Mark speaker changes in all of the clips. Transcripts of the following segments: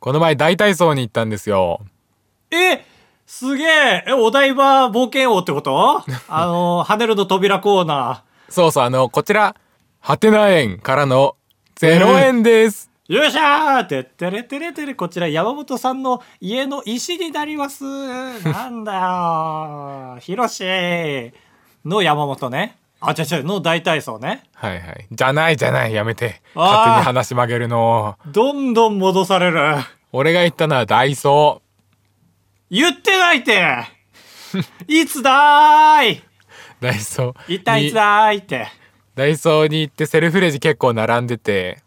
Speaker 1: この前大体操に行ったんですよ。
Speaker 2: えすげええ、お台場冒険王ってことあの、跳ねるの扉コーナ
Speaker 1: そうそう、あの、こちら、はてな園からの0円です。
Speaker 2: ー。よっしゃーって、てれてれてれ、こちら山本さんの家の石になります。なんだよ。ひろしの山本ね。あ、違う違う、の大体操ね。
Speaker 1: はいはい。じゃないじゃない、やめて。
Speaker 2: あー
Speaker 1: 勝手に話曲げるの。
Speaker 2: どんどん戻される。
Speaker 1: 俺が行ったのはダイソ
Speaker 2: 言ってないって。いつだーい
Speaker 1: ー。ダイソー。
Speaker 2: 一体いつ
Speaker 1: に
Speaker 2: だーいって。
Speaker 1: ダイソーに行ってセルフレジ結構並んでて。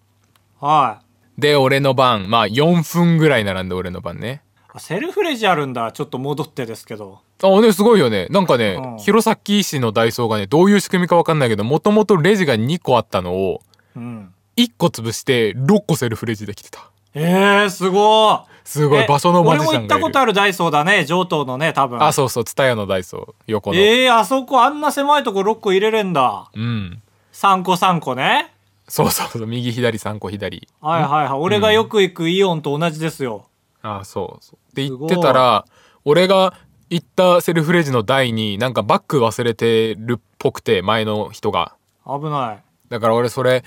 Speaker 2: はい。
Speaker 1: で、俺の番、まあ4分ぐらい並んで俺の番ね。
Speaker 2: あセルフレジあるんだ。ちょっと戻ってですけど。
Speaker 1: あ、ね、すごいよね。なんかね、
Speaker 2: うん
Speaker 1: 弘前市のダイソーがね、どういう仕組みかわかんないけど、もともとレジが2個あったのを、
Speaker 2: うん。
Speaker 1: 1個潰して6個セルフレジできてた。
Speaker 2: えー、すごい。
Speaker 1: すごい、場所のマジシャ
Speaker 2: 俺も行
Speaker 1: ンがい
Speaker 2: った
Speaker 1: る。
Speaker 2: ことあるダイソーだね。上等のね、多分。
Speaker 1: あ、そうそう、ツタヤのダイソー、横の。
Speaker 2: えー、あそこあんな狭いとこ6個入れれんだ。
Speaker 1: うん。
Speaker 2: 3個3個ね。
Speaker 1: そうそうそう、右左3個左。
Speaker 2: はいはいはい。俺がよく行くイオンと同じですよ。
Speaker 1: あ、そうそう。で、行ってたら、俺が行ったセルフレジの台に、なんかバッグ忘れてるっぽくて、前の人が。
Speaker 2: 危ない。
Speaker 1: だから俺それ、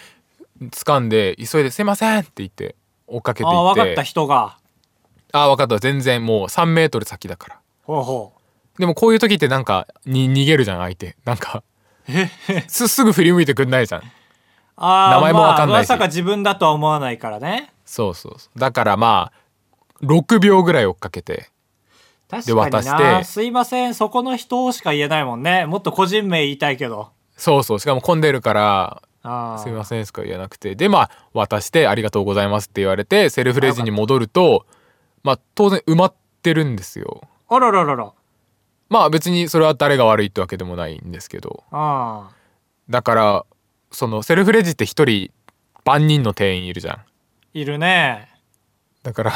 Speaker 1: 掴んで、急いで、すいませんって言って、追っかけていって。
Speaker 2: あ、わかった人が。
Speaker 1: あ分かった全然もう3メートル先だから
Speaker 2: ほうほう。
Speaker 1: でもこういう時ってなんかに逃げるじゃん相手なんかすすぐ振り向いてくんないじゃん
Speaker 2: あー
Speaker 1: 名前もわかんないし
Speaker 2: まあまさか自分だとは思わないからね。
Speaker 1: そうそうそうだからまあ6秒ぐらい追っかけて
Speaker 2: 確かに
Speaker 1: で渡
Speaker 2: な
Speaker 1: して
Speaker 2: すいません、そこの人しか言えないもんね。もっと個人名言いたいけど。
Speaker 1: そうそうしかも混んでるから
Speaker 2: あ
Speaker 1: 「
Speaker 2: ー
Speaker 1: すいません」しか言えなくてでまあ渡して「ありがとうございます」って言われてセルフレジに戻るとまあ当然埋まってるんですよ
Speaker 2: あらららら。
Speaker 1: まあ別にそれは誰が悪いってわけでもないんですけど
Speaker 2: あー
Speaker 1: だからそのセルフレジって一人万人の店員いるじゃん
Speaker 2: いるね。
Speaker 1: だから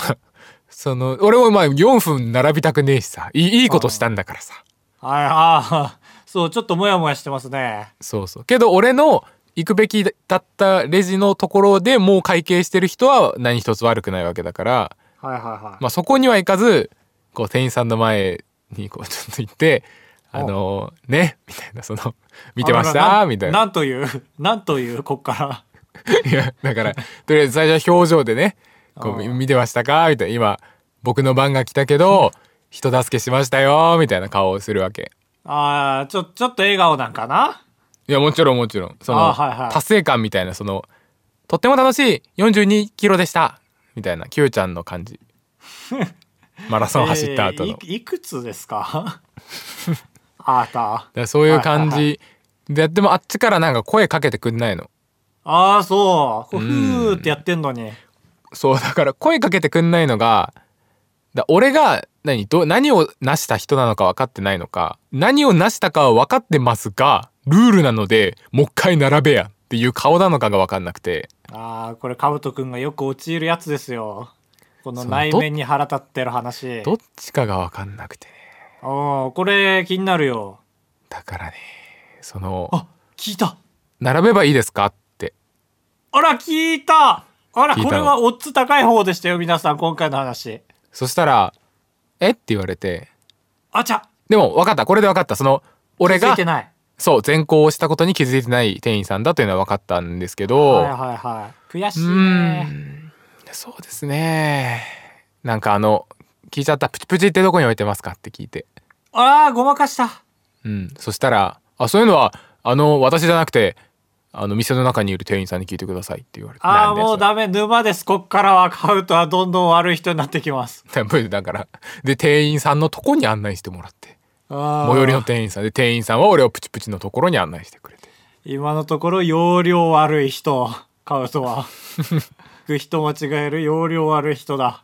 Speaker 1: その俺もまあ4分並びたくねえしさいいいいことしたんだからさ
Speaker 2: はい、ああ、 そう、ちょっともやもやしてますね。
Speaker 1: そうそうけど俺の行くべきだったレジのところでもう会計してる人は何一つ悪くないわけだから、
Speaker 2: はいはいはい。
Speaker 1: まあ、そこには行かずこう店員さんの前にこうちょっと行って「あのね」みたいなその「見てまし
Speaker 2: あら
Speaker 1: た?」
Speaker 2: な
Speaker 1: みたいな
Speaker 2: なんという なんというこっから
Speaker 1: いやだからとりあえず最初は表情でね「こ
Speaker 2: あ
Speaker 1: う
Speaker 2: ー
Speaker 1: 見てましたか?」みたいな「今僕の番が来たけど人助けしましたよ」みたいな顔をするわけ。
Speaker 2: ああちょちょっと笑顔なんかない
Speaker 1: やもちろんもちろんその、
Speaker 2: あはいはい
Speaker 1: 達成感みたいなそのとっても楽しい42キロでしたみたいな Q ちゃんの感 じマラソン走った後の、
Speaker 2: え
Speaker 1: だか
Speaker 2: ーいいくつです かあーた
Speaker 1: らそういう感
Speaker 2: はいはい
Speaker 1: じでやってもあっちからなんか声かけてくんないの
Speaker 2: ああそうこう
Speaker 1: うん
Speaker 2: ふーってやってんのに
Speaker 1: そうだから声かけてくんないのがだ俺が何ど何を成した人なのか分かってないのか何を成したかは分かってますがルールなのでもう一回並べやっていう顔なのかが分かんなくて
Speaker 2: ああこれかぶとくんがよく陥るやつですよこの
Speaker 1: そう
Speaker 2: 内面に腹立ってる話
Speaker 1: どっちかが分かんなくてね
Speaker 2: おーこれ気になるよ
Speaker 1: だからねその
Speaker 2: あ聞いた
Speaker 1: 並べばいいですかって
Speaker 2: あら聞いたあら
Speaker 1: 聞いたの
Speaker 2: これはオッズ高い方でしたよ皆さん今回の話
Speaker 1: そしたら「えっ?」て言われて
Speaker 2: あちゃ
Speaker 1: でも分かったこれで分かったその俺
Speaker 2: 気づ
Speaker 1: が
Speaker 2: いてない
Speaker 1: そう前行をしたことに気づいてない店員さんだというのは分かったんですけど、
Speaker 2: はいはいはい悔し
Speaker 1: う
Speaker 2: い
Speaker 1: ー
Speaker 2: ね
Speaker 1: んそうですねなんかあの聞いちゃった「プチプチってどこに置いてますか?」って聞いて、
Speaker 2: ああごまかした
Speaker 1: うん、そしたら「あそういうのはあの私じゃなくてあの店の中にいる店員さんに聞いてください」って言われて
Speaker 2: あ
Speaker 1: な
Speaker 2: あ
Speaker 1: んだよ
Speaker 2: もう
Speaker 1: それ
Speaker 2: ダメ沼ですこっからはカウトはどんどん悪い人になってきます
Speaker 1: 多分だからで店員さんのとこに案内してもらって
Speaker 2: 最
Speaker 1: 最寄りの店員さんで店員さんは俺をプチプチのところに案内してくれて
Speaker 2: 今のところ容量悪い人カウ トは人間違える容量悪い人だ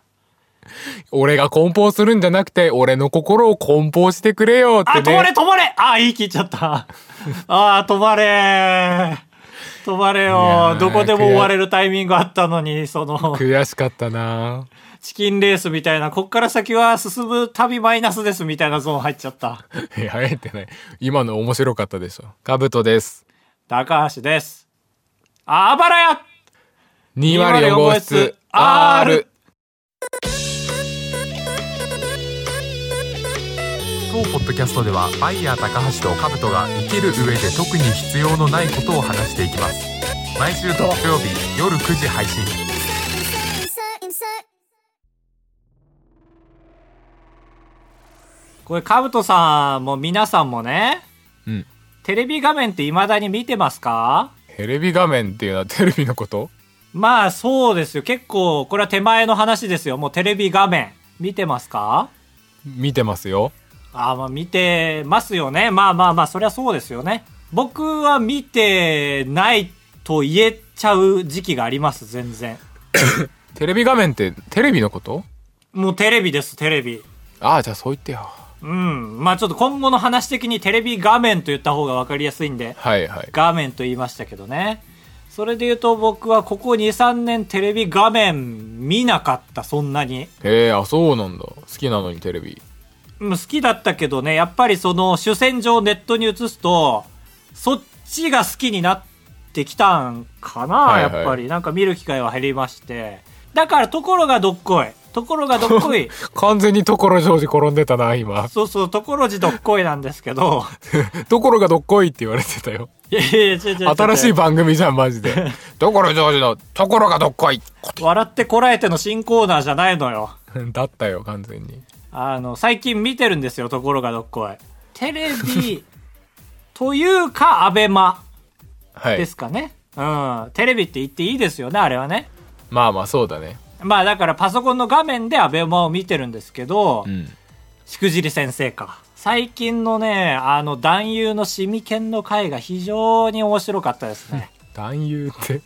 Speaker 1: 俺が梱包するんじゃなくて俺の心を梱包してくれよっ
Speaker 2: あ
Speaker 1: て
Speaker 2: 止まれ
Speaker 1: ね
Speaker 2: 止まれあいい聞いちゃったあー止まれ止まれ
Speaker 1: いや
Speaker 2: よ
Speaker 1: ー
Speaker 2: どこでも終われるタイミングあったのにその
Speaker 1: 悔しかったな
Speaker 2: チキンレースみたいなこっから先は進む旅マイナスですみたいなゾーン入っちゃった
Speaker 1: いやえてない今の面白かったでしょカブトです
Speaker 2: 高橋ですああばらや
Speaker 1: 204号室 R ポッドキャストではバイヤー高橋とカブトが生きる上で特に必要のないことを話していきます毎週土曜日夜9時配信
Speaker 3: insert, insert, insert.
Speaker 2: これカブトさんも皆さんもね
Speaker 1: うん
Speaker 2: テレビ画面っていまだに見てますか
Speaker 1: テレビ画面っていうのはテレビのこと
Speaker 2: まあそうですよ結構これは手前の話ですよもうテレビ画面見てますか
Speaker 1: 見てますよ
Speaker 2: あーまあ見てますよねまあまあまあそりゃそうですよね僕は見てないと言えちゃう時期があります全然
Speaker 1: テレビ画面ってテレビのこと
Speaker 2: もうテレビですテレビ
Speaker 1: ああじゃあそう言ってよ
Speaker 2: うんまあちょっと今後の話的にテレビ画面と言った方が分かりやすいんで
Speaker 1: はいはい
Speaker 2: 画面と言いましたけどねそれで言うと僕はここ23年テレビ画面見なかったそんなに
Speaker 1: へえあそうなんだ好きなのにテレビ
Speaker 2: うん好きだったけどねやっぱりその主戦場をネットに移すとそっちが好きになってきたんかな、
Speaker 1: はいはい
Speaker 2: やっぱりなんか見る機会は減りましてだからところがどっこいところがどっこ い
Speaker 1: 完全に所ジョージ転んでたな今
Speaker 2: そうそうところじどっこいなんですけど
Speaker 1: 所がどっこいって言われてたよ
Speaker 2: いやいやいや違う違う違う
Speaker 1: 新しい番組じゃんマジで 所ジョージの所がどっこい
Speaker 2: 笑ってこらえての新コーナーじゃないのよ
Speaker 1: だったよ完全に
Speaker 2: あの、最近見てるんですよ、ところがどっこい。テレ ビというか、アベマ
Speaker 1: は
Speaker 2: で
Speaker 1: い
Speaker 2: すかね。うん。テレビって言っていいですよね、あれはね。
Speaker 1: まあまあそうだね
Speaker 2: まあだからパソコンの画面でアベマを見てるんですけど、
Speaker 1: うん
Speaker 2: しくじり先生か。最近のね、あの、男優のシミケンの回が非常に面白かったです ね。
Speaker 1: 男優って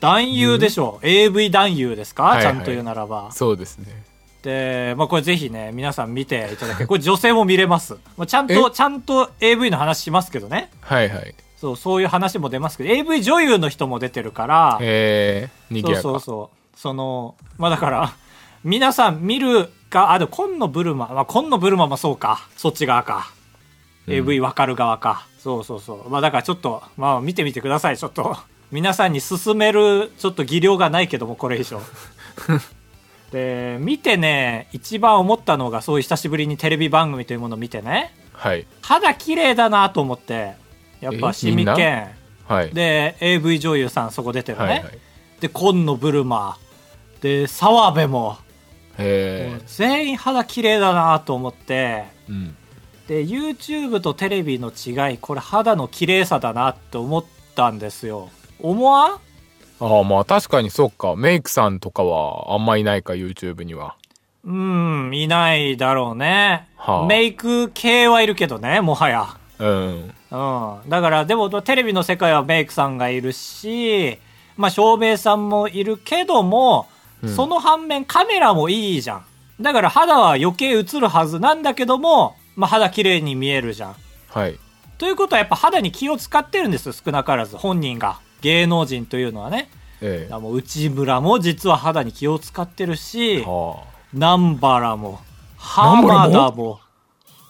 Speaker 2: 男優でしょう。AV 男優ですか、
Speaker 1: はいはい
Speaker 2: ちゃんと言うならば。
Speaker 1: そうですね
Speaker 2: で、まあ、これぜひね、皆さん見ていただけこれ女性も見れます。まあ、ちゃんと、
Speaker 1: え
Speaker 2: ちゃんと AV の話しますけどね。
Speaker 1: はいはい
Speaker 2: そう、そういう話も出ますけど、AV 女優の人も出てるから、
Speaker 1: へえにぎ
Speaker 2: そう
Speaker 1: やか
Speaker 2: そうそう。その、まあ、だから、 皆さん見るか、あ、でも、今野ブルマ、まあ、今野ブルマもそうか。そっち側か。
Speaker 1: うん
Speaker 2: AV わかる側か。そうそうそう。まあ、だからちょっと、まあ、見てみてください、ちょっと。皆さんに勧める、ちょっと技量がないけども、これ以 上。で、見てね、一番思ったのが、そういう久しぶりにテレビ番組というものを見てね、
Speaker 1: はい
Speaker 2: 肌綺麗だなと思って、やっぱ、
Speaker 1: え
Speaker 2: シミ
Speaker 1: みんな
Speaker 2: ケン。
Speaker 1: はい
Speaker 2: で、AV 女優さん、そこ出てるね。
Speaker 1: はいはい
Speaker 2: で紺野ブルマで澤部も
Speaker 1: へえ
Speaker 2: 全員肌綺麗だなと思って
Speaker 1: うん
Speaker 2: で YouTube とテレビの違いこれ肌の綺麗さだなって思ったんですよ思わん
Speaker 1: ああまあ確かにそっかメイクさんとかはあんまいないか YouTube には
Speaker 2: うんいないだろうね、
Speaker 1: はあ
Speaker 2: メイク系はいるけどねもはや
Speaker 1: うん
Speaker 2: うんだからでもテレビの世界はメイクさんがいるしまあ照明さんもいるけども、
Speaker 1: うん
Speaker 2: その反面カメラもいいじゃんだから肌は余計映るはずなんだけども、まあ、肌綺麗に見えるじゃん
Speaker 1: はい
Speaker 2: ということはやっぱ肌に気を使ってるんですよ少なからず本人が芸能人というのはね
Speaker 1: ええ
Speaker 2: だからもう内村も実は肌に気を使ってるし
Speaker 1: はあ
Speaker 2: 南原も
Speaker 1: 南原も
Speaker 2: 浜田も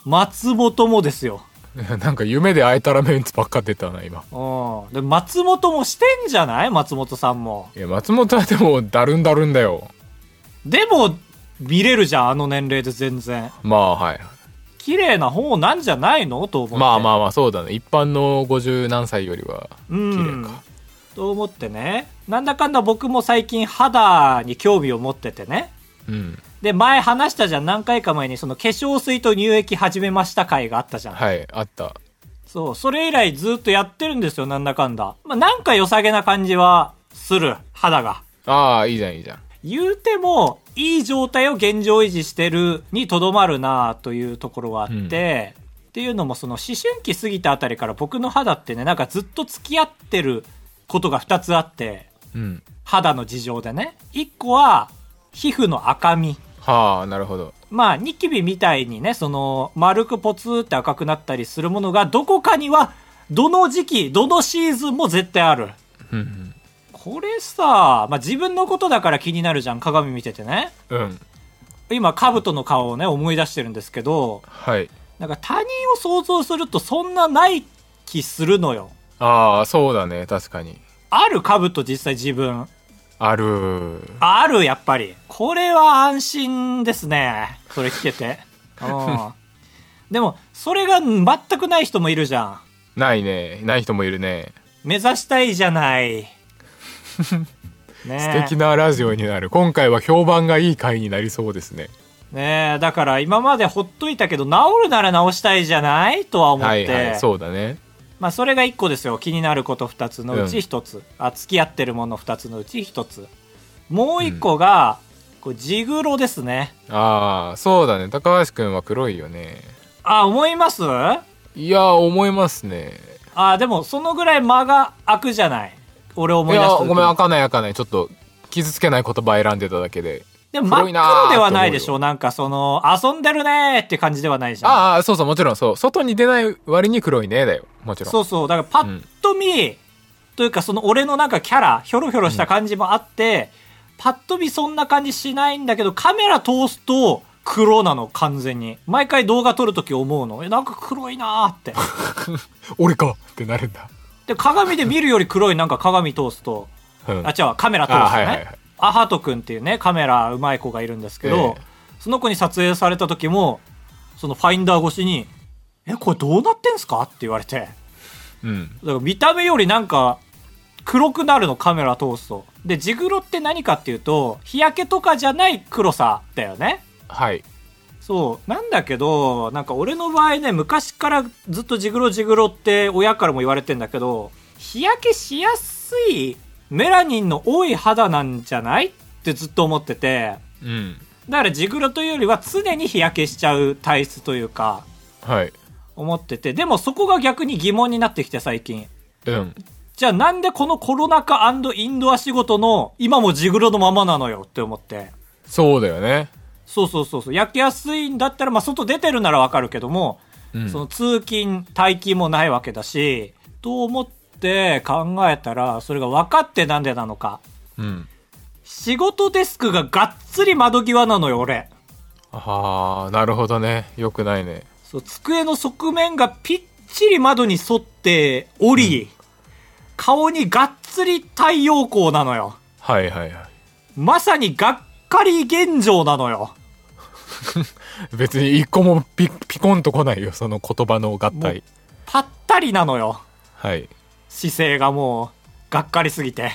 Speaker 2: 松本もですよ
Speaker 1: なんか夢で会えたらメンツばっか出たな今
Speaker 2: うん。で、松本もしてんじゃない松本さんも。
Speaker 1: いや松本はでもだるんだるんだよ
Speaker 2: でも、見れるじゃん、あの年齢で全然。
Speaker 1: まあはい
Speaker 2: 綺麗な方なんじゃないのと思って。
Speaker 1: まあま
Speaker 2: あ。
Speaker 1: あまあそうだね一般の50何歳よりは
Speaker 2: う
Speaker 1: 綺
Speaker 2: ん
Speaker 1: 麗か。
Speaker 2: と思ってね。なんだかんだ僕も最近肌に興味を持っててね。
Speaker 1: うん
Speaker 2: で、前話したじゃん、何回か前に、その化粧水と乳液始めました回があったじゃん。
Speaker 1: はいあった
Speaker 2: そう、それ以来ずっとやってるんですよ、なんだかんだ。まあ、なんか良さげな感じはする、肌が。
Speaker 1: ああいいじゃんいいじゃん
Speaker 2: 言うても、いい状態を現状維持してるにとどまるなあというところはあって、っていうのもその思春期過ぎたあたりから僕の肌ってね、なんかずっと付き合ってることが2つあって、
Speaker 1: うん
Speaker 2: 肌の事情でね。1個は、皮膚の赤み。
Speaker 1: はあなるほど
Speaker 2: まあ、ニキビみたいにね、その、丸くポツって赤くなったりするものが、どこかには、どの時期、どのシーズンも絶対ある。
Speaker 1: うん
Speaker 2: これさ、まあ自分のことだから気になるじゃん、鏡見ててね。
Speaker 1: うんうん
Speaker 2: 今、カブトの顔をね、思い出してるんですけど、
Speaker 1: はい
Speaker 2: なんか他人を想像するとそんなない気するのよ。
Speaker 1: ああそうだね確かに
Speaker 2: あるカブト実際自分。
Speaker 1: ある
Speaker 2: ある、やっ ぱり。これは安心ですね。それ聞けて。うん。でもそれが全くない人もいるじゃん
Speaker 1: ないねない人もいるね
Speaker 2: 目指したいじゃない
Speaker 1: 素
Speaker 2: ね
Speaker 1: 敵なラジオになる今回は評判がいい回になりそうですね
Speaker 2: えねえだから今までほっといたけど治るなら治したいじゃないとは思って、
Speaker 1: はいはいそうだね
Speaker 2: まあそれが1個ですよ気になること2つのう
Speaker 1: う
Speaker 2: ち
Speaker 1: ん
Speaker 2: 1つ、あ付き合ってるもの2つのうち1つもう1個が、こうジグロですね
Speaker 1: ああそうだね高橋君は黒いよね
Speaker 2: あ思いますあ
Speaker 1: いやー思いますね
Speaker 2: でもそのぐらい間が空くじゃない俺思
Speaker 1: い
Speaker 2: い出し
Speaker 1: や
Speaker 2: た
Speaker 1: ごめん開
Speaker 2: か
Speaker 1: かない開かないちょっと傷つけない言葉選んでただけで
Speaker 2: でも真
Speaker 1: 黒
Speaker 2: っ
Speaker 1: いなー
Speaker 2: 黒
Speaker 1: って思うよ
Speaker 2: ではないでしょなんかその遊んでるねーって感じではないじゃん
Speaker 1: ああそうそうもちろんそう外に出ない割に黒いねだよもちろん
Speaker 2: そうそうだからパッと見、というかその俺のなんかキャラひょろひょろした感じもあって、パッと見そんな感じしないんだけどカメラ通すと黒なの完全に毎回動画撮るとき思うのえなんか黒いなーって
Speaker 1: 俺かってなるんだ、
Speaker 2: で鏡で見るより黒いなんか鏡通すと
Speaker 1: うん、
Speaker 2: あ違うカメラ通すとね
Speaker 1: あはいはいはい
Speaker 2: アハト君っていうねカメラうまい子がいるんですけど、
Speaker 1: ええ
Speaker 2: その子に撮影された時もそのファインダー越しに「えこれどうなってんすか?」って言われて
Speaker 1: うん
Speaker 2: だから見た目よりなんか黒くなるのカメラ通すとでジグロって何かっていうと日焼けとかじゃない黒さだよね
Speaker 1: はい
Speaker 2: そうなんだけどなんか俺の場合ね昔からずっとジグロジグロって親からも言われてんだけど日焼けしやすいメラニンの多い肌なんじゃないってずっと思ってて
Speaker 1: うん
Speaker 2: だからジグロというよりは常に日焼けしちゃう体質というか
Speaker 1: はい
Speaker 2: 思っててでもそこが逆に疑問になってきて最近
Speaker 1: うん
Speaker 2: じゃあなんでこのコロナ禍インドア仕事の今もジグロのままなのよって思って。
Speaker 1: そうだよね
Speaker 2: そうそうそうそう。焼けやすいんだったら、まあ外出てるならわかるけども、
Speaker 1: うん
Speaker 2: その通勤、退勤もないわけだし、と思って考えたら、それが分かってなんでなのか。
Speaker 1: うん
Speaker 2: 仕事デスクががっつり窓際なのよ、俺。
Speaker 1: ああなるほどねよくないね
Speaker 2: そう、机の側面がぴっちり窓に沿っており、顔にがっつり太陽光なのよ。
Speaker 1: はいはいは
Speaker 2: まさにがっかり現状なのよ。
Speaker 1: い別に一個もピピコンとこないよその言葉の合
Speaker 2: もう
Speaker 1: 体
Speaker 2: ぱったりなのよ。
Speaker 1: はい
Speaker 2: 姿勢がもう、がっかりすぎて。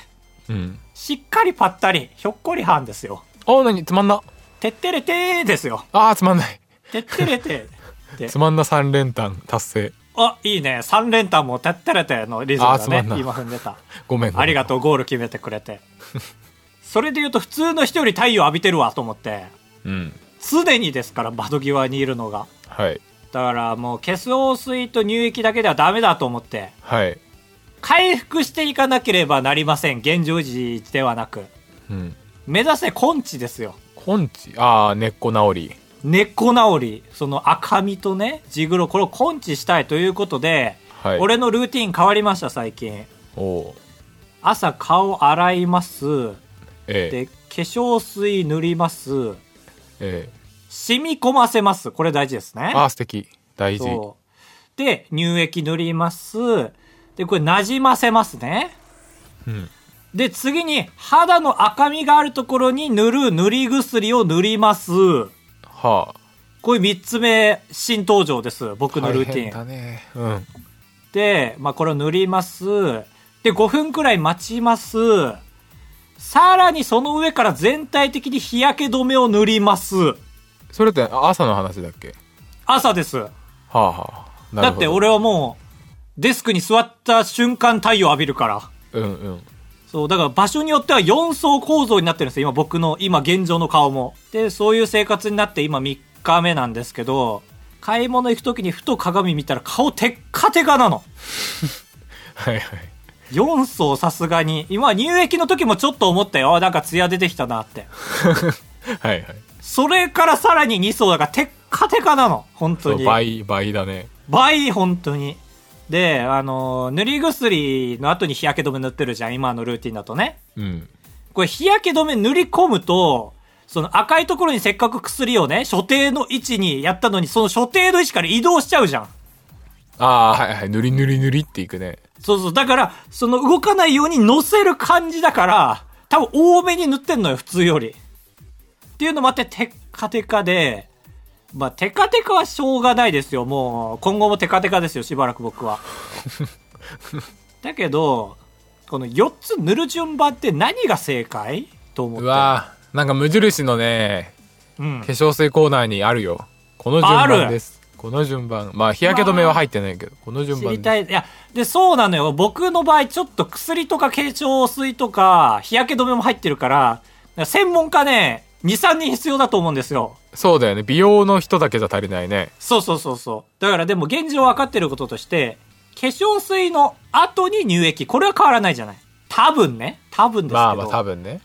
Speaker 1: うん
Speaker 2: しっかりぱったり、ひょっこりはんですよ。
Speaker 1: あー何つまんな
Speaker 2: てってれてーですよ。
Speaker 1: あーつまんない
Speaker 2: てって れてーで
Speaker 1: つ。まんな三連単達成
Speaker 2: あ、いいね。三連単もてってれてーのリズム
Speaker 1: あ
Speaker 2: が
Speaker 1: すま
Speaker 2: ね
Speaker 1: んな、
Speaker 2: 今踏んでた。
Speaker 1: ごめんごめん
Speaker 2: ありがとう、ゴール決めてくれて。それで言うと、普通の人より太陽浴びてるわと思って、
Speaker 1: ううん
Speaker 2: 常にですから、窓際にいるのが。
Speaker 1: はい
Speaker 2: だからもう、化粧水と乳液だけではダメだと思って、
Speaker 1: はい
Speaker 2: 回復していかなければなりません現状維持ではなく
Speaker 1: うん
Speaker 2: 目指せ根治ですよ
Speaker 1: 根治ああ根っこ治り
Speaker 2: 根っこ治りその赤身とねジグロこれを根治したいということで、
Speaker 1: はい
Speaker 2: 俺のルーティン変わりました最近
Speaker 1: おう
Speaker 2: 朝顔洗います
Speaker 1: え
Speaker 2: で化粧水塗ります
Speaker 1: ええ
Speaker 2: 染み込ませますこれ大事ですね
Speaker 1: えああ素敵大事
Speaker 2: そうで乳液塗りますでこれなじませますね
Speaker 1: うん
Speaker 2: で、次に、肌の赤みがあるところに塗る塗り薬を塗ります。
Speaker 1: はあ
Speaker 2: これ三つ目、新登場です。僕のルー
Speaker 1: 大
Speaker 2: テ
Speaker 1: 変
Speaker 2: ィン。
Speaker 1: だねうん
Speaker 2: で、まあ、これを塗ります。で、5分くらい待ちます。さらにその上から全体的に日焼け止めを塗ります。
Speaker 1: それって朝の話だっけは
Speaker 2: 朝です。
Speaker 1: あはあな
Speaker 2: だ
Speaker 1: る
Speaker 2: っ
Speaker 1: ほど
Speaker 2: て俺はもう、デスクに座った瞬間太陽浴びるから。
Speaker 1: うんうん
Speaker 2: そう、だから場所によっては4層構造になってるんですよ。今僕の、今現状の顔も。で、そういう生活になって今3日目なんですけど、買い物行く時にふと鏡見たら顔テッカテカなの。
Speaker 1: はい はい
Speaker 2: 4層さすがに。今乳液の時もちょっと思ったよ。あなんか艶出てきたなって。
Speaker 1: はいはい
Speaker 2: それからさらに2層だからテッカテカなの。本当
Speaker 1: そう
Speaker 2: に。
Speaker 1: 倍倍だね
Speaker 2: 倍本当に。で、あの、塗り薬の後に日焼け止め塗ってるじゃん。今のルーティンだとね。
Speaker 1: うん
Speaker 2: これ日焼け止め塗り込むと、その赤いところにせっかく薬をね、所定の位置にやったのに、その所定の位置から移動しちゃうじゃん。
Speaker 1: ああはいはいぬりぬりぬりっていくね
Speaker 2: そうそう。だから、その動かないように乗せる感じだから、多分多めに塗ってんのよ、普通より。っていうのもあって、テッカテカで、まあ、テカテカはしょうがないですよ。もう、今後もテカテカですよ、しばら く僕は。だけど、この4つ塗る順番って何が正解と思っ
Speaker 1: う
Speaker 2: て。
Speaker 1: わーなんか無印のね
Speaker 2: うん
Speaker 1: 化。粧水コーナーにあるよこの順番ですこの順番まあ日焼け止めは入ってないけどこの順
Speaker 2: 知
Speaker 1: 番
Speaker 2: り
Speaker 1: です
Speaker 2: たい。いや、で、そうなのよ。僕の場合、ちょっと薬とか化粧水とか、日焼け止めも入ってるから、専門家ね、2、3人必要だと思うんですよ。
Speaker 1: そうだよね美容の人だけじゃ足りないね
Speaker 2: そうそうそうそう。だからでも現状分かってることとして、化粧水の後に乳液。これは変わらないじゃない。多分ね。多分ですけど。
Speaker 1: まあまあ多分ね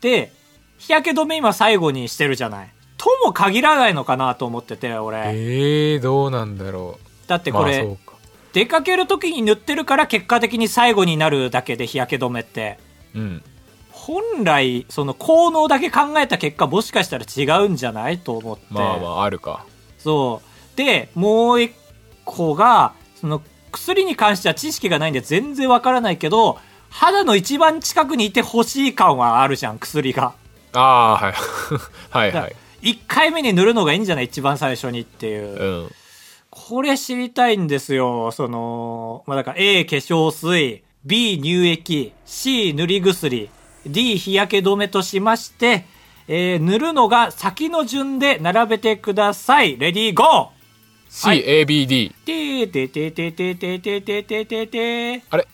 Speaker 2: で、日焼け止め今最後にしてるじゃない。とも限らないのかなと思ってて、俺。
Speaker 1: えー、どうなんだろ
Speaker 2: だって
Speaker 1: う
Speaker 2: こ
Speaker 1: まあ
Speaker 2: れ、
Speaker 1: そうか
Speaker 2: 出かける時に塗ってるから結果的に最後になるだけで日焼け止めって。
Speaker 1: うん
Speaker 2: 本来、その効能だけ考えた結果、もしかしたら違うんじゃないと思って。
Speaker 1: まあまああるか
Speaker 2: そう。で、もう一個が、その薬に関しては知識がないんで全然わからないけど、肌の一番近くにいてほしい感はあるじゃん、薬が。
Speaker 1: ああーはい はい
Speaker 2: だか
Speaker 1: は
Speaker 2: ら
Speaker 1: い
Speaker 2: 一回目に塗るのがいいんじゃない一番最初にっていう。
Speaker 1: うん
Speaker 2: これ知りたいんですよ。その、まあ、だから A 化粧水、B 乳液、C 塗り薬、D 日焼け止めとしまして、えー塗るのが先の順で並べてください。レディーゴー
Speaker 1: CABD
Speaker 2: てーてーてーてーてーてーてーてーてーてーてー
Speaker 1: あれ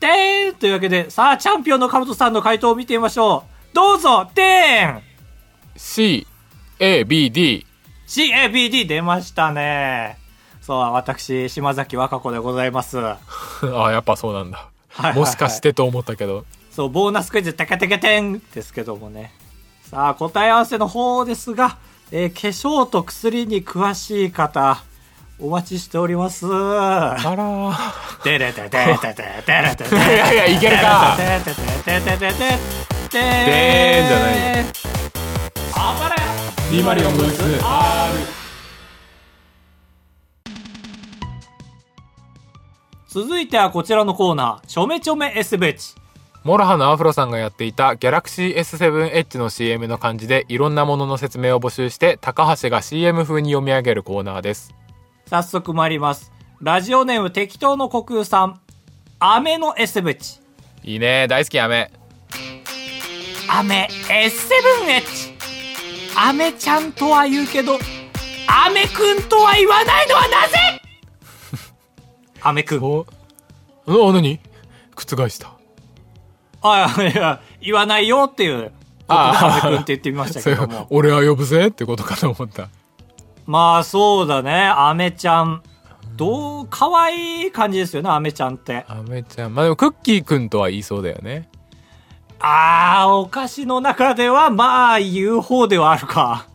Speaker 2: てーんというわけで、さあ、チャンピオンのカブトさんの回答を見てみましょう。どうぞ、てーん
Speaker 1: CABD
Speaker 2: !CABD 出ましたね。そう、私、島崎和歌子でございます。はい
Speaker 1: ああやっぱそうなんだ
Speaker 2: はいはい
Speaker 1: もしかしてと思ったけど
Speaker 2: そう、ボーナスクイズ、テケテケテンですけどもね。さあ、答え合わせの方ですが、えー化粧と薬に詳しい方、お待ちしております。
Speaker 1: あらー
Speaker 2: てれてててててれてて。い
Speaker 1: やいやいけるか
Speaker 2: てれててててて
Speaker 1: ー
Speaker 2: て。で。
Speaker 1: んじゃない
Speaker 2: あばれ。
Speaker 1: リマリオンブース
Speaker 2: 続いてはこちらのコーナー、ちょめちょめ S ベチ。
Speaker 1: モロハのアフロさんがやっていたギャラクシー S7H の CM の漢字でいろんなものの説明を募集して高橋が CM 風に読み上げるコーナーです
Speaker 2: 早速参ります。ラジオネーム適当の虚空さん。飴の S ベチ。
Speaker 1: いいね大好きやめ
Speaker 2: 飴 S7H。飴ちゃんとは言うけど、飴くんとは言わないのは なぜ飴くん。
Speaker 1: おお何覆した
Speaker 2: あ、いやいや、言わないよっていう。
Speaker 1: あ
Speaker 2: 飴くんって言ってみまし た
Speaker 1: そ
Speaker 2: け
Speaker 1: う
Speaker 2: ども。
Speaker 1: 俺は呼ぶぜってことかと思った
Speaker 2: まあそうだね、アメちゃん。どう、可愛い感じですよね、アメちゃんって。
Speaker 1: アメちゃんまあでもクッキーくんとは言いそうだよね
Speaker 2: あー、お菓子の中では、まあ、言う方ではあるか。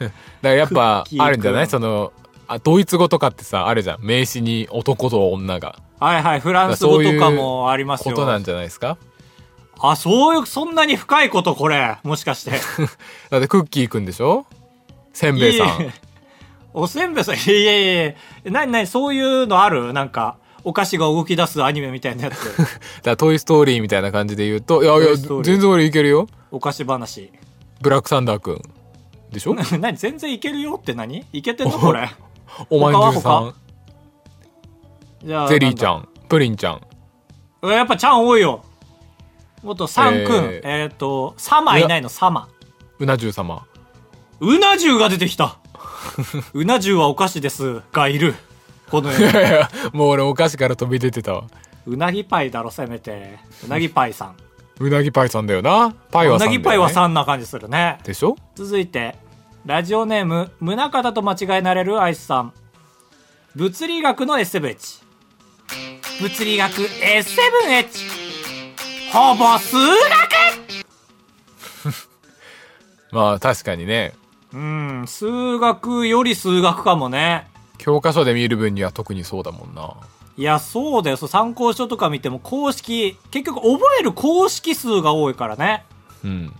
Speaker 1: だからやっぱ
Speaker 2: クッキーくん
Speaker 1: あるんじゃないそのあドイツ語とかってさあるじゃん名詞に男と女が
Speaker 2: はいはい、フランス語とかもあります
Speaker 1: こ
Speaker 2: よ。
Speaker 1: となんじゃないですか
Speaker 2: あ、そういう、そんなに深いこと、これ。もしか して。
Speaker 1: だってクッキーくんでしょせんべいさん
Speaker 2: いえおせんべいさん、いやいやいや、なになに、そういうのあるなんか、お菓子が動き出すアニメみたいな やつ。
Speaker 1: だからトイ・ストーリーみたいな感じで言うと、いやい
Speaker 2: ト
Speaker 1: や
Speaker 2: イ、ストーリー
Speaker 1: 全然俺いけるよ。
Speaker 2: お菓子話。
Speaker 1: ブラックサンダーくん。で しょ
Speaker 2: ななに、全然いけるよって何いけてんのこれ。
Speaker 1: おまんじゅう
Speaker 2: 他
Speaker 1: さ
Speaker 2: は
Speaker 1: ん、
Speaker 2: じゃあ
Speaker 1: ゼリーちゃ
Speaker 2: ん
Speaker 1: ん、プリンちゃん。
Speaker 2: うんやっぱちゃん多いよ。もっとさんくん。え
Speaker 1: え
Speaker 2: っ、と、サマいないの、サマ。
Speaker 1: うな重様。
Speaker 2: うな重が出てきた。うな重はお菓子ですがいる。この世
Speaker 1: い
Speaker 2: に。
Speaker 1: やいや、もう俺お菓子から飛び出てたわ。
Speaker 2: うなぎパイだろ、せめて。うなぎパイさん。
Speaker 1: うなぎパイさんだよな。パイ
Speaker 2: う
Speaker 1: はさんだ
Speaker 2: な
Speaker 1: よ、ね。
Speaker 2: ぎパイは3な感じするね。
Speaker 1: でしょ
Speaker 2: 続いて、ラジオネーム、宗方と間違えられるアイスさん。物理学の S7H。物理学 S7H。ほぼ数学
Speaker 1: まあ確かにね、
Speaker 2: うん、数学より数学かもね。
Speaker 1: 教科書で見る分には特にそうだもんな。
Speaker 2: いや、そうだよ。そう参考書とか見ても公式、結局覚える公式数が多いからね。
Speaker 1: うん。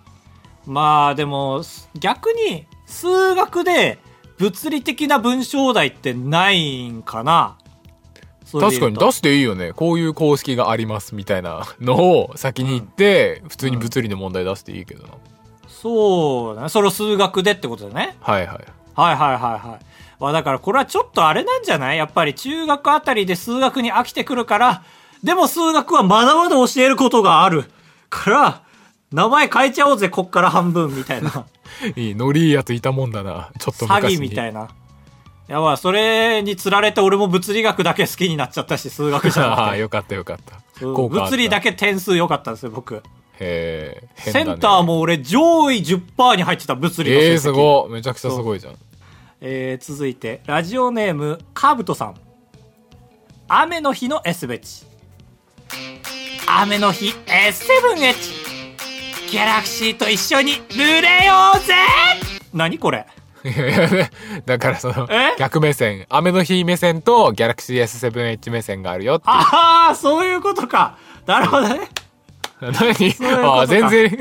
Speaker 2: まあでも、す逆に数学で物理的な文章題ってないんかな。それで
Speaker 1: 確か
Speaker 2: 言う
Speaker 1: に
Speaker 2: と
Speaker 1: 出していいよね。こういう公式がありますみたいなのを先に言って、普通に物理の問題出していいけどな。
Speaker 2: そうだね。それを数学でってことだね。
Speaker 1: はいはい。
Speaker 2: はいはいはいはい。まあだからこれはちょっとあれなんじゃないやっぱり中学あたりで数学に飽きてくるから、でも数学はまだまだ教えることがある。から、名前変えちゃおうぜ、こっから半分みたい な。
Speaker 1: いいノリいいやついたもんだなちょっと
Speaker 2: 詐
Speaker 1: 昔に
Speaker 2: 欺みたいな。いやばい、それにつられて俺も物理学だけ好きになっちゃったし、数学じ ゃ
Speaker 1: あ
Speaker 2: な
Speaker 1: あ
Speaker 2: くて。
Speaker 1: よかったよかった
Speaker 2: うん
Speaker 1: 効果あった
Speaker 2: 物理だけ点数良かったんですよ、僕。
Speaker 1: へえ変
Speaker 2: セ
Speaker 1: だね
Speaker 2: ンターも俺上位10%に入ってた、物理の成績。
Speaker 1: えー、すごいめちゃくちゃすごいじゃん
Speaker 2: えー続いてラジオネームカブトさん雨の日の S ベチ雨の日 S7H ギャラクシーと一緒に濡れようぜ何これ
Speaker 1: いやいやだからその
Speaker 2: え
Speaker 1: 逆目線雨の日目線とギャラクシー S7H 目線があるよっていう
Speaker 2: ああそういうことかなるほどね、
Speaker 1: 何
Speaker 2: ういうことか
Speaker 1: ああ全然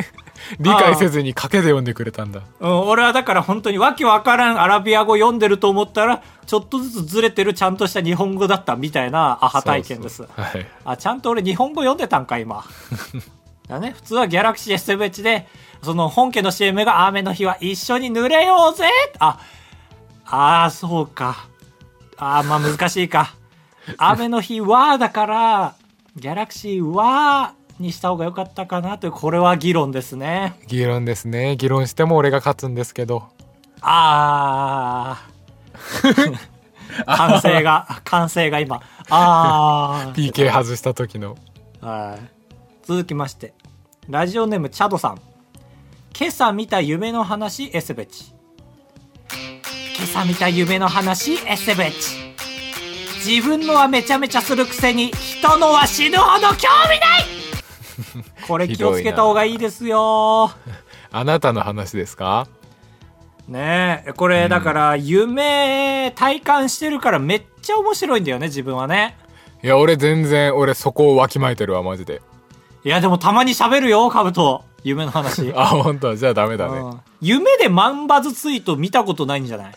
Speaker 1: 理解せずに賭けで読んでくれたんだ
Speaker 2: うん、俺はだから本当にわけわからんアラビア語読んでると思ったらちょっとずつずれてるちゃんとした日本語だったみたいなアハ体験です
Speaker 1: そうそうはい
Speaker 2: あ、ちゃんと俺日本語読んでたん か、今。だね、普通はギャラクシー S7H で、その本家の CM が雨の日は一緒に濡れようぜあ、あーそうか。あーまあ難し いか。雨の日は、だから、ギャラクシーは、にした方が良かったかなという、これは議論ですね。
Speaker 1: 議論ですね議論しても俺が勝つんですけど
Speaker 2: あ ー。完成が、完成が今。あー。
Speaker 1: PK 外した時の
Speaker 2: はい。続きまして、ラジオネームチャドさん。今朝見た夢の話エセベチ。今朝見た夢の話エセベチ。自分のはめちゃめちゃするくせに、人のは死ぬほど興味ない これ気をつけた方がいいですよ。
Speaker 1: あなたの話ですか
Speaker 2: ねえ、これだから夢体感してるからめっちゃ面白いんだよね、自分はね。
Speaker 1: いや俺全然俺そこをわきまえてるわマジで
Speaker 2: いやでもたまに喋るよ、カブト。夢の話。
Speaker 1: あ本当じゃあダメだ
Speaker 2: う
Speaker 1: ね
Speaker 2: ん夢で万バズツイート見たことないんじゃない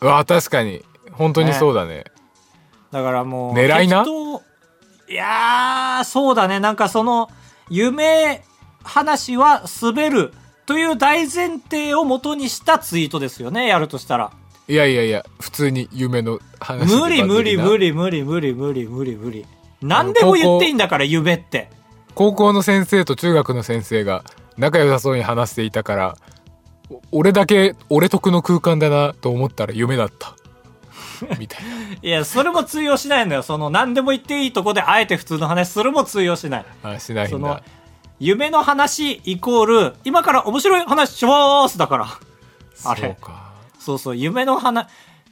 Speaker 2: う
Speaker 1: わ確かに本当にそうだね
Speaker 2: だからもう
Speaker 1: 狙いな
Speaker 2: 適当いやーそうだねなんかその夢話は滑るという大前提を元にしたツイートですよねやるとしたら
Speaker 1: いやいやいや普通に夢の話
Speaker 2: 無理無理無
Speaker 1: 理
Speaker 2: 理無理無理無理無理無理何でも言っていいんだから夢って
Speaker 1: 高校の先生と中学の先生が仲良さそうに話していたからお俺だけ俺得の空間だなと思ったら夢だった みたい
Speaker 2: いやそれも通用しないのよその何でも言っていいとこであえて普通の話するも通用しない
Speaker 1: なあしない
Speaker 2: そ
Speaker 1: ん
Speaker 2: の
Speaker 1: だ
Speaker 2: 夢の話イコール今から面白い話しますだからあれ
Speaker 1: そうか
Speaker 2: そうそう、夢の話、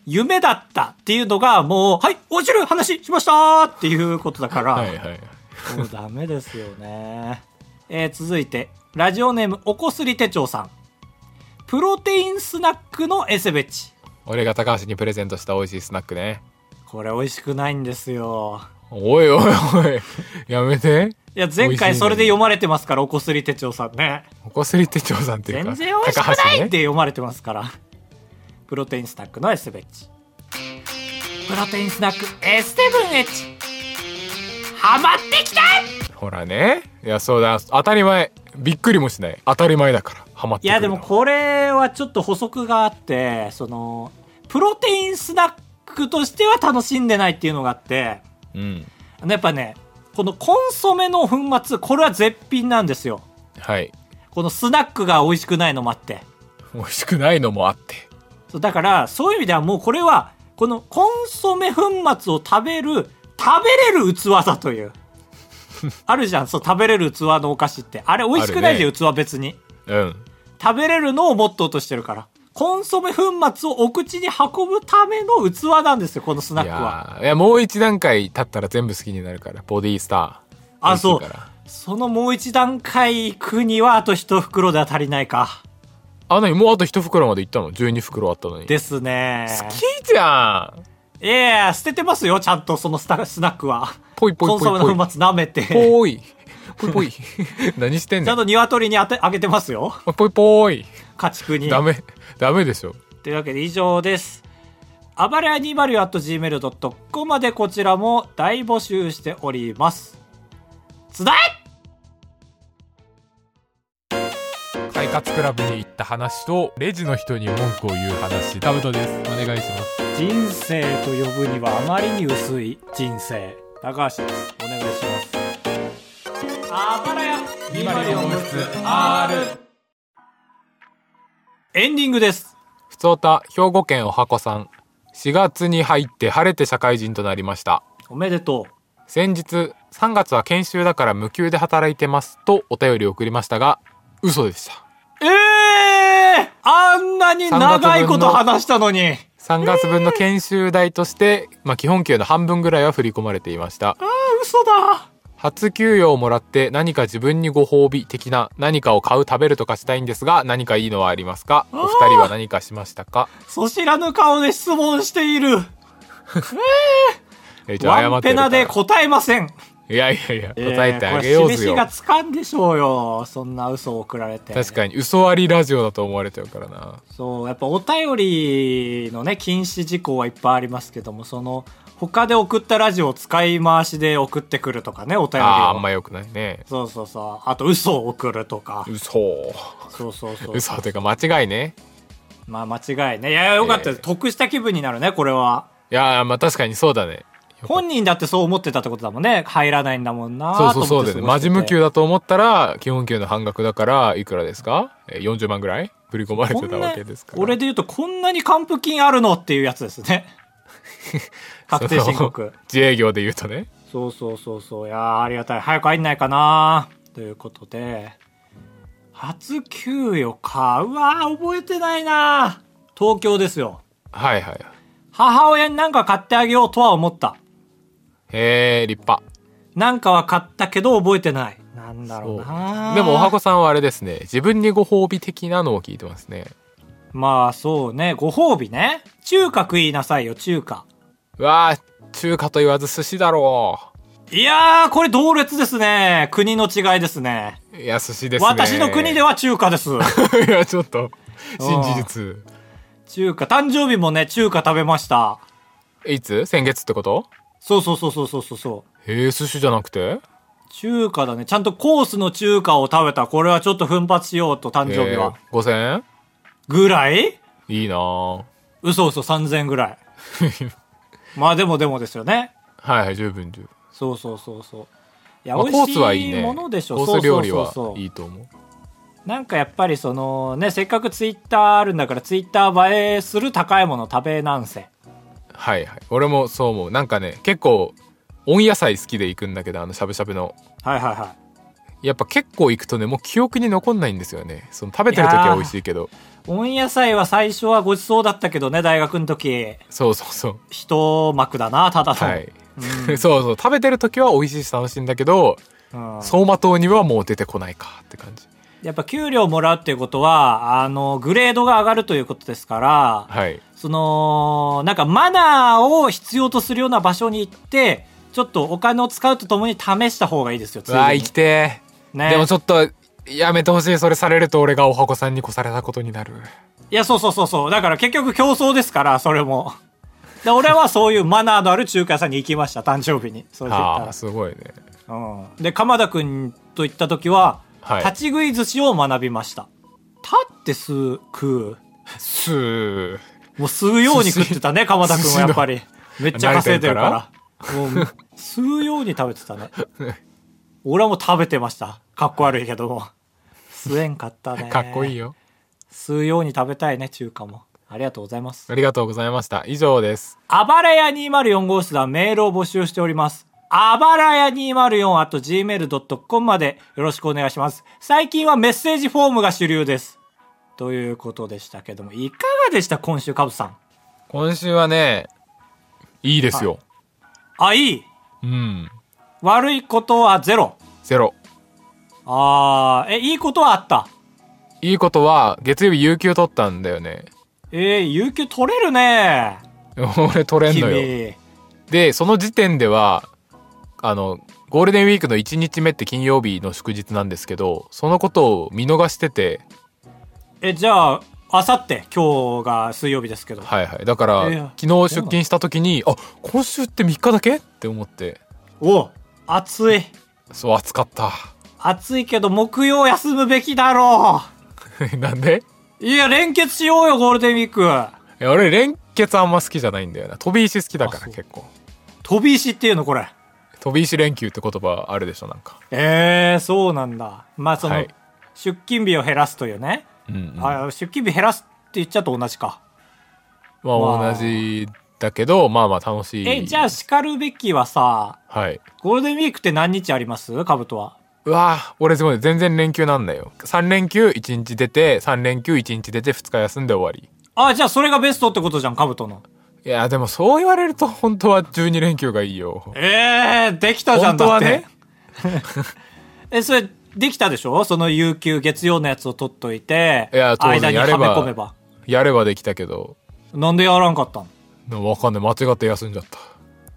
Speaker 2: 夢だったっていうのがもう、はい、面白い話しましたーっていうことだから、
Speaker 1: はいはい
Speaker 2: もうダメですよね。えー続いて、ラジオネーム、おこすり手帳さん。プロテインスナックのエセベチ。
Speaker 1: 俺が高橋にプレゼントした美味しいスナックね
Speaker 2: これ美味しくないんですよ。
Speaker 1: おいおいおいやめて
Speaker 2: いや、前
Speaker 1: 美味しいの
Speaker 2: 回
Speaker 1: に
Speaker 2: それで読まれてますから、おこすり手帳さんね。
Speaker 1: おこすり手帳さんっていう
Speaker 2: 全
Speaker 1: か
Speaker 2: 然美味しく
Speaker 1: 高
Speaker 2: な
Speaker 1: 橋
Speaker 2: いっ
Speaker 1: ね
Speaker 2: て読まれてますから。プロテインスナックのエスベッチ。プロテインスナック S7H。ハマってきたい
Speaker 1: ほらねいやそうだ当たり前びっくりもしない当たり前だからハマってくる
Speaker 2: や、でもこれはちょっと補足があって、その、プロテインスナックとしては楽しんでないっていうのがあって、
Speaker 1: うん
Speaker 2: あのやっぱね、このコンソメの粉末、これは絶品なんですよ。
Speaker 1: はい
Speaker 2: このスナックが美味しくないのもあって。
Speaker 1: 美味しくないのもあって
Speaker 2: そうだから、そういう意味ではもうこれは、このコンソメ粉末を食べる、食べれる器だ という。あるじゃん、そう、食べれる器のお菓子って。あれ美味しくないで、
Speaker 1: あるね
Speaker 2: 器別に。
Speaker 1: うん
Speaker 2: 食べれるのをモットーとしてるから。コンソメ粉末をお口に運ぶための器なんですよ、このスナッ
Speaker 1: い
Speaker 2: クは。
Speaker 1: やーいやもう一段階経ったら全部好きになるからボディースター
Speaker 2: あ、そう
Speaker 1: 美味しいから。
Speaker 2: そのもう一段階行くには、あと一袋では足りないか。
Speaker 1: あ何もうあと一袋までいったの12袋あったのに
Speaker 2: ですね。
Speaker 1: 好きじゃ ん
Speaker 2: いやいや捨ててますよ、ちゃんとそのスタスナックは。
Speaker 1: ぽいぽいぽい
Speaker 2: コンソメの
Speaker 1: ぽい
Speaker 2: 粉末舐めて。
Speaker 1: ぽいぽいぽ い何してん
Speaker 2: ちゃ
Speaker 1: ねん
Speaker 2: んと鶏にあてあげてます よ。
Speaker 1: ぽいぽい
Speaker 2: 家畜 に。
Speaker 1: ダメダメでしょ
Speaker 2: というわけで以上です。あばれや 204.gmail.com までこちらも大募集しております。つだい
Speaker 1: はい活クラブに行った話とレジの人に文句を言う話タブトですお願いします
Speaker 2: 人生と呼ぶにはあまりに薄い人生高橋ですお願いしますあばらやエンディングです
Speaker 1: ふつおた兵庫県おはこさん4月に入って晴れて社会人となりました
Speaker 2: おめでと
Speaker 1: 先日3月は研修だから無給で働いてますとお便りを送りましたが嘘でした
Speaker 2: うええあんなに長いこと話したのに
Speaker 1: 3月分の研修代として、まあ、基本給の半分ぐらいは振り込まれていました
Speaker 2: あー嘘だ
Speaker 1: 初給与をもらって何か自分にご褒美的な何かを買う食べるとかしたいんですが何かいいのはありますかお二人は何かしましたか
Speaker 2: そ知らぬ顔で質問している
Speaker 1: えじゃあ謝
Speaker 2: ワ
Speaker 1: っ
Speaker 2: ン
Speaker 1: て
Speaker 2: ペ
Speaker 1: るか
Speaker 2: ナ
Speaker 1: ら
Speaker 2: で答えません
Speaker 1: いやいやいや答えてあげよう
Speaker 2: えーこれ示
Speaker 1: ぜ
Speaker 2: し
Speaker 1: よ、
Speaker 2: がつかんでしょうよそんな嘘を送られて
Speaker 1: 確かに嘘ありラジオだと思われちゃうからな
Speaker 2: そう、やっぱお便りのね、禁止事項はいっぱいありますけども、その、他で送ったラジオを使い回しで送ってくるとかね、お便りを。
Speaker 1: あーあんま良くないね
Speaker 2: そうそうそう。あと、嘘を送るとか。
Speaker 1: 嘘
Speaker 2: そうそうそう。
Speaker 1: 嘘というか間違いね
Speaker 2: まあ、間違いね。いやいや、よかったです、
Speaker 1: えー
Speaker 2: 得した気分になるね、これは。
Speaker 1: いやーまあ確かにそうだね
Speaker 2: 本人だってそう思ってたってことだもんね。入らないんだもんな
Speaker 1: そうそうそうだよねマジ無給
Speaker 2: だ
Speaker 1: だと思ったら基本給の半額だからいくらですかえー40万ぐらい振り込まれてたわけですから
Speaker 2: 俺で言うと、こんなに還付金あるのっていうやつで すね。確定申告
Speaker 1: そ。の自営業で言うとね
Speaker 2: そうそうそうそう。いやーありがたい。早く入んないかなということで、初給与か。うわー覚えてないな東京ですよ。
Speaker 1: はいはい
Speaker 2: 母親になんか買ってあげようとは思った。
Speaker 1: へえ立派
Speaker 2: なんかは買ったけど覚えてない。なんだろうな
Speaker 1: でもおは
Speaker 2: こ
Speaker 1: こさんはあれですね自分にご褒美的なのを聞いてますね
Speaker 2: まあそうね。ご褒美ね。中華食いなさいよ、中華。
Speaker 1: うわー中華と言わず寿司だろ
Speaker 2: いやー、これ同列ですね。国の違いですね。
Speaker 1: ういや寿司ですね
Speaker 2: 私の国では中華 です。
Speaker 1: はいやちょっと新事実
Speaker 2: 中華。誕生日もね、中華食べました。
Speaker 1: いつ先月ってこと
Speaker 2: そうそうそうそうそうそうそう。
Speaker 1: へえ寿司じゃなくて
Speaker 2: 中華だね。ちゃんとコースの中華を食べた。これはちょっと奮発しようと、誕生日は。
Speaker 1: えー5000円
Speaker 2: ぐらい
Speaker 1: いいなー
Speaker 2: 嘘嘘3000 ぐらい。まあでもでもですよね。
Speaker 1: はいはい十分十分
Speaker 2: そうそうそうそう。いや、
Speaker 1: まあ
Speaker 2: 美
Speaker 1: コ
Speaker 2: 味
Speaker 1: ースはいい
Speaker 2: しい
Speaker 1: ね
Speaker 2: ものでしょ。
Speaker 1: コース料理
Speaker 2: そうそう
Speaker 1: は
Speaker 2: そ
Speaker 1: い
Speaker 2: うそう
Speaker 1: いと思う
Speaker 2: なんかやっぱりそのね、せっかくツイッターあるんだから、ツイッター映えする高いもの食べなんせ。
Speaker 1: はいはい俺もそう思うなんかね結構温野菜好きで行くんだけどあのしゃぶしゃぶの
Speaker 2: はいはいは
Speaker 1: やっぱ結構行くとねもう記憶に残んないんですよねその食べてる時は美味しいけど
Speaker 2: い。温野菜は最初はごちそうだったけどね、大学の時。
Speaker 1: そうそうそう
Speaker 2: 一幕だな、ただの。
Speaker 1: はい、 そうそう食べてる時は美味しいし楽しいんだけど
Speaker 2: うん
Speaker 1: 走馬灯にはもう出てこないかって感じ
Speaker 2: やっぱ給料もらうっていうことは、あの、グレードが上がるということですから、
Speaker 1: はい
Speaker 2: その、なんかマナーを必要とするような場所に行って、ちょっとお金を使うとともに試した方がいいですよ、つ
Speaker 1: う
Speaker 2: いで
Speaker 1: わー
Speaker 2: に
Speaker 1: 生きてー、
Speaker 2: ね。
Speaker 1: でもちょっとやめてほしいそれされると俺がおはこさんに越されたことになる
Speaker 2: いや、そうそうそうそう。だから結局競争ですから、それも。で俺はそういうマナーのある中華屋さんに行きました、誕生日に。そう言っ
Speaker 1: あ
Speaker 2: た
Speaker 1: あすごいね
Speaker 2: ら。うん。で、鎌田くんと行った時は、
Speaker 1: はい
Speaker 2: 立ち食い寿司を学びました。立って吸う、食う。
Speaker 1: すー
Speaker 2: もう吸うように食って たね、鎌田くんはやっぱり。めっちゃ稼いでるから。もう、吸うように食べてたね。 俺はもう食べてました。かっこ悪いけ ども。吸えんかったね。
Speaker 1: かっこいい。よ、
Speaker 2: 吸うように食べたいね、中華も。ありがとうございます。
Speaker 1: ありがとうございました以上です
Speaker 2: 暴れ屋204号室ではメールを募集しております。あばらや 204.gmail.com までよろしくお願いします。最近はメッセージフォームが主流です。ということでしたけども、いかがでした今週、カブさん。
Speaker 1: 今週はねいいですよ、
Speaker 2: あ、いい
Speaker 1: うん
Speaker 2: 悪いことはゼロ。
Speaker 1: ゼロ
Speaker 2: あー、え、いいことはあった。
Speaker 1: いいことは月曜日有給取ったんだよね
Speaker 2: えー、有給取れるね。
Speaker 1: 俺取れんのよ
Speaker 2: 君。
Speaker 1: でその時点ではあのゴールデンウィークの1日目って金曜日の祝日なんですけどそのことを見逃してて
Speaker 2: え、じゃあ、あさって、今日が水曜日ですけど。
Speaker 1: はいはいだか
Speaker 2: いや
Speaker 1: ら昨日出勤した時にあ今週って3日だけって思って
Speaker 2: お暑い。
Speaker 1: そう暑かった
Speaker 2: 暑いけど木曜休むべきだろう。
Speaker 1: なんで
Speaker 2: いや、連結しようよ、ゴールデンウィーク。
Speaker 1: いや俺連結あんま好きじゃないんだよな飛び石好きだから
Speaker 2: あそう
Speaker 1: 結構
Speaker 2: 飛び石っていうの、これ。
Speaker 1: 飛び石連休って言葉あるでしょなんか
Speaker 2: ええー、そうなんだ。まあ、その、
Speaker 1: はい
Speaker 2: 出勤日を減らすというね。
Speaker 1: うん、うん、ま
Speaker 2: あ出勤日減らすって言っちゃうと同じか。
Speaker 1: あ同じだけどまあまあ楽しい
Speaker 2: え、じゃあ、叱るべきはさ、
Speaker 1: はい
Speaker 2: ゴールデンウィークって何日ありますカブトは。
Speaker 1: うわぁ俺すごい全然連休なんだよ3連休1日出て3連休1日出て2日休んで終わり
Speaker 2: あ、じゃあ、それがベストってことじゃん、カブトの。
Speaker 1: いやでもそう言われると本当は12連休がいいよ
Speaker 2: ええー、できたじゃ
Speaker 1: 本
Speaker 2: ん、
Speaker 1: 当
Speaker 2: だっ
Speaker 1: は
Speaker 2: て。
Speaker 1: ね
Speaker 2: え、それ、できたでしょその有給月曜のやつを取っといて、
Speaker 1: いや当然
Speaker 2: 間には
Speaker 1: や
Speaker 2: め
Speaker 1: れば
Speaker 2: 込めば。
Speaker 1: やればできたけど
Speaker 2: なんでやらんかったの
Speaker 1: なわかんない間違って休んじゃった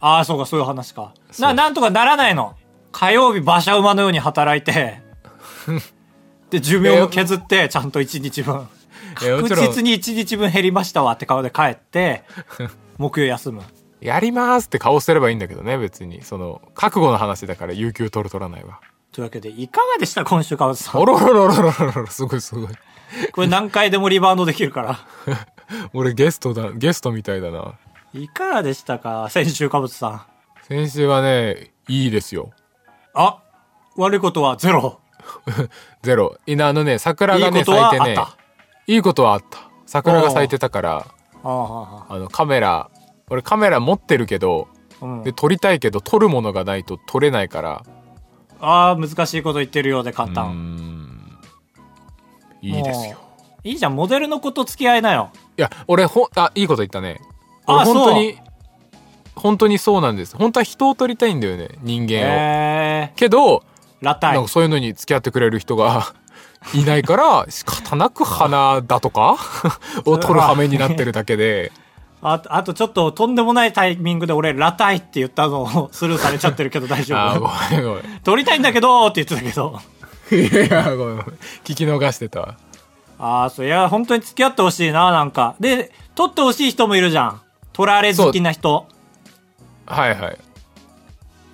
Speaker 2: ああ、そうか、そういう話か。
Speaker 1: う
Speaker 2: な、なんとかならないの。火曜日馬車馬のように働い て、で、寿命を削って、ちゃんと1日分。
Speaker 1: いやもち
Speaker 2: 確
Speaker 1: ろん
Speaker 2: 実に1日分減りましたわって顔で帰 って、木曜休む。
Speaker 1: やりますって顔すればいいんだけどね別にその覚悟の話だから有給取る取らないは
Speaker 2: というわけで、いかがでした今週、川瀬さん
Speaker 1: お。ろろろろろろろすごいすごい
Speaker 2: これ何回でもリバウンドできるから。
Speaker 1: 俺ゲストだゲストみたいだない
Speaker 2: かがでしたか先週、川瀬さん。
Speaker 1: 先週はねいいですよ
Speaker 2: あ、悪いことはゼロ。
Speaker 1: ゼロいなあのね桜が
Speaker 2: いい
Speaker 1: ね
Speaker 2: ことは
Speaker 1: 咲いてね
Speaker 2: あった
Speaker 1: いいことはあった桜が咲いてたから
Speaker 2: ああ、あ
Speaker 1: あのカメラ俺カメラ持ってるけど
Speaker 2: あ、うん
Speaker 1: で撮りたいけど撮るものがないと撮れないから
Speaker 2: あー、難しいこと言ってるようで簡
Speaker 1: うー
Speaker 2: 単。
Speaker 1: んいいですよ
Speaker 2: もう。いいじゃん、モデルの子と付き合いなよ。
Speaker 1: いや俺ほんあいいこと言ったね俺
Speaker 2: あ
Speaker 1: 本当に本当にそうなんです本当は人を撮りたいんだよね人間を、
Speaker 2: ええ
Speaker 1: けど
Speaker 2: ー、ラタ
Speaker 1: な
Speaker 2: イ
Speaker 1: んか。そういうのに付き合ってくれる人が いないから仕方なく花だと かを撮る羽目になってるだけで
Speaker 2: あと、あとちょっととんでもないタイミングで俺、ラタイって言ったのをスルーされちゃってるけど大丈
Speaker 1: あ
Speaker 2: 夫。
Speaker 1: ーごめんごめん
Speaker 2: 撮りたいんだけどって言ってたけど。
Speaker 1: いやいやごめんごめん聞き逃してたわ
Speaker 2: ああ、そういや、本当に付き合ってほしいな、なんか。で、撮ってほしい人もいるじゃん。撮られ好きな人。
Speaker 1: はいはい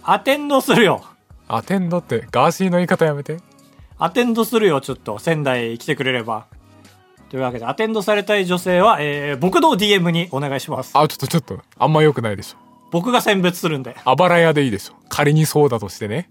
Speaker 2: アテンドするよ。
Speaker 1: アテンドってガーシーの言い方やめて
Speaker 2: アテンドするよ、ちょっと。仙台来てくれれば。というわけで、アテンドされたい女性は、えー、僕の DM にお願いします。
Speaker 1: あちょっとちょっとあんま良くないでしょ
Speaker 2: 僕が選別するんで。
Speaker 1: あばら屋でいいでしょ仮にそうだとしてね